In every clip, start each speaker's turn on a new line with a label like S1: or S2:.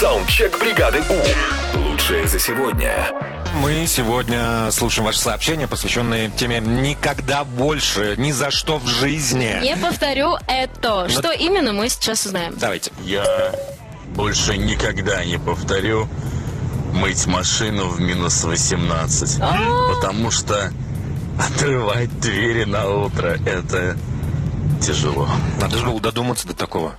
S1: Саундчек бригады У. Лучшее за сегодня.
S2: Мы сегодня слушаем ваши сообщения, посвященные теме «Никогда больше, ни за что в жизни».
S3: Не повторю это. Что именно мы сейчас узнаем?
S2: Давайте.
S4: Я больше никогда не повторю мыть машину в минус 18.
S3: А?
S4: Потому что отрывать двери на утро это тяжело.
S2: Надо же было додуматься до такого.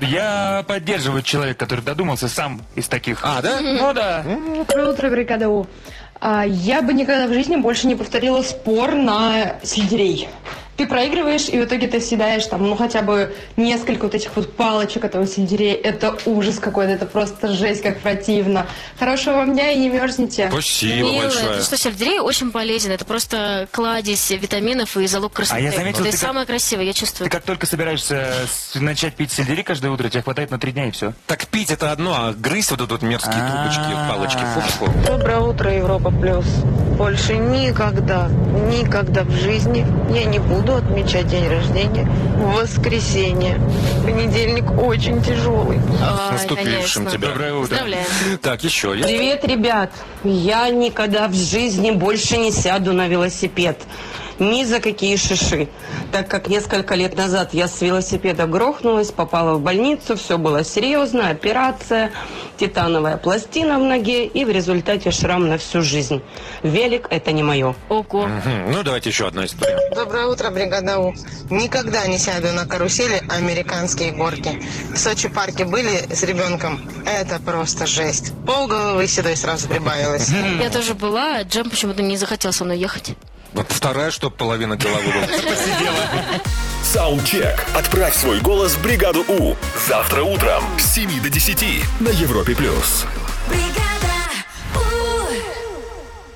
S5: Я поддерживаю человека, который додумался сам из таких.
S2: А, да?
S5: Ну да.
S6: Доброе утро, бригада У. А, я бы никогда в жизни больше не повторила спор на сельдерей. Ты проигрываешь, и в итоге ты съедаешь там, ну, хотя бы несколько вот этих вот палочек этого сельдерея. Это ужас какой-то, это просто жесть, как противно. Хорошего вам дня и не мерзните.
S2: Спасибо
S3: Милая,
S2: большое.
S3: ты что, сельдерей очень полезен. Это просто кладезь витаминов и залог красоты.
S5: А я заметил,
S3: ты
S5: ты как-
S3: самая красивая, я чувствую.
S5: Ты как только собираешься с- начать пить сельдерей каждое утро, тебе хватает на три дня и все.
S2: Так пить это одно, а грызть вот тут мерзкие трубочки,
S5: А-а-а.
S2: палочки, фу-фу.
S7: Доброе утро, Европа Плюс. Больше никогда, никогда в жизни я не буду отмечать день рождения в воскресенье. Понедельник очень тяжелый.
S3: С
S2: наступившим тебя.
S5: Доброе утро.
S3: А, Поздравляем.
S2: Так, еще есть?
S8: Привет, ребят! Я никогда в жизни больше не сяду на велосипед. Ни за какие шиши. Так как несколько лет назад я с велосипеда грохнулась, попала в больницу, все было серьезно, операция, титановая пластина в ноге и в результате шрам на всю жизнь. Велик – это не мое.
S3: Ого.
S2: Мгм. Ну, давайте еще одна история.
S7: Доброе утро, бригада У. Никогда не сяду на карусели американские горки. В Сочи парке были с ребенком. Это просто жесть. Полголовы седой сразу прибавилось.
S3: Я тоже была, а Джем почему-то не захотел со мной ехать.
S2: Вот вторая, что половина головы была.
S1: Саундчек. Отправь свой голос в бригаду У. Завтра утром с 7 до 10 на Европе+. плюс.
S9: бригада.